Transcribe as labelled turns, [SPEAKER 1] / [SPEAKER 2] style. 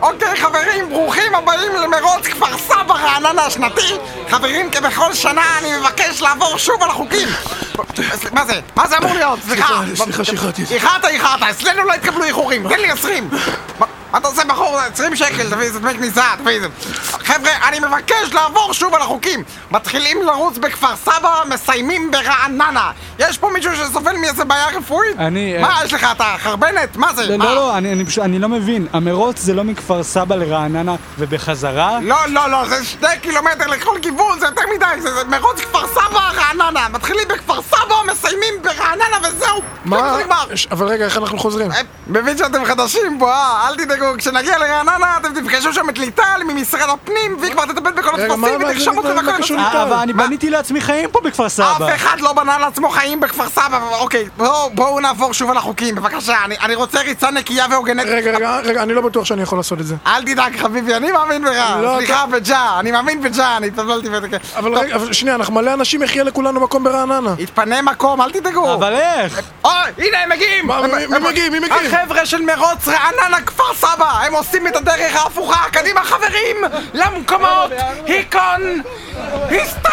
[SPEAKER 1] אוקיי, חברים, ברוכים הבאים למרוץ כפר סבא רעננה השנתי. חברים, כבכל שנה אני מבקש לעבור שוב על החוקים. מה זה? מה זה אמור להיות? סליחה.
[SPEAKER 2] סליחה, סליחה שאיחרתי.
[SPEAKER 1] איחרת, איחרת, אצלנו לא התקבלו איחורים, תן לי 20. מה- מה אתה עושה בחור? 20 שקל, תביא איזה דמי כניסה, תביא איזה... חבר'ה, אני מבקש לעבור שוב על החוקים. מתחילים לרוץ בכפר סבא, מסיימים ברעננה. יש פה מישהו שסובל מאיזה בעיה רפואית?
[SPEAKER 3] אני, אה,
[SPEAKER 1] מה יש לך, אתה חרבנת? מה זה?
[SPEAKER 3] לא,
[SPEAKER 1] מה?
[SPEAKER 3] לא, לא, אני, אני פשוט, אני לא מבין. המרוץ זה לא מכפר סבא לרעננה ובחזרה?
[SPEAKER 1] לא, לא, לא, זה שני קילומטר לכל כיוון, זה יותר מדי, זה, זה מרוץ כפר סבא, רעננה. מתחילים בכפר סבא, מסיימים ברעננה וזהו.
[SPEAKER 2] מה?
[SPEAKER 1] לא, זה נגמר.
[SPEAKER 2] ש- אבל רגע, איך אנחנו חוזרים?
[SPEAKER 1] אה, מבין שאתם חדשים פה, אה? אל תדאגו, כשנגיע לרעננה אתם תפגשו שם את ליטל ממשרד הפנים, והיא כבר תטפל בכל
[SPEAKER 2] רגע, מה-
[SPEAKER 1] הטפסים
[SPEAKER 2] מה זה-
[SPEAKER 1] ותרשום
[SPEAKER 2] מה
[SPEAKER 1] אותם
[SPEAKER 2] זה
[SPEAKER 1] בכל
[SPEAKER 2] קשור
[SPEAKER 1] הטפסים.
[SPEAKER 3] אה, אבל אני
[SPEAKER 1] מה?
[SPEAKER 3] בניתי לעצמי חיים פה בכפר סבא.
[SPEAKER 1] אף אחד לא בנה לעצמו חיים בכפר סבא, אוקיי, בואו בואו נעבור שוב על החוקים, בבקשה, אני- אני רוצה ריצה נקייה והוגנת.
[SPEAKER 2] רגע,
[SPEAKER 1] אה,
[SPEAKER 2] רגע, רגע, אני לא בטוח שאני יכול לעשות את זה.
[SPEAKER 1] אל תדאג חביבי, אני מאמין בך,
[SPEAKER 2] לא,
[SPEAKER 1] סליחה בג'ה, אני מאמין בג'ה, אני התבלבלתי בזה.
[SPEAKER 2] אבל רגע, אבל שנייה, אנחנו מלא אנשים, יחיה לכולנו מקום ברעננה.
[SPEAKER 1] התפנה מקום, אל תדאגו.
[SPEAKER 3] אבל איך?
[SPEAKER 1] אוי, הנה הם מגיעים!
[SPEAKER 2] מה,
[SPEAKER 1] הם-
[SPEAKER 2] מי- מי
[SPEAKER 1] הם-
[SPEAKER 2] מגיעים? מי מגיעים?
[SPEAKER 1] החבר'ה של מרוץ רעננה כפר סבא! הם עושים את הדרך ההפוכה! קדימה חברים! למקומות! היקון! הסתערות!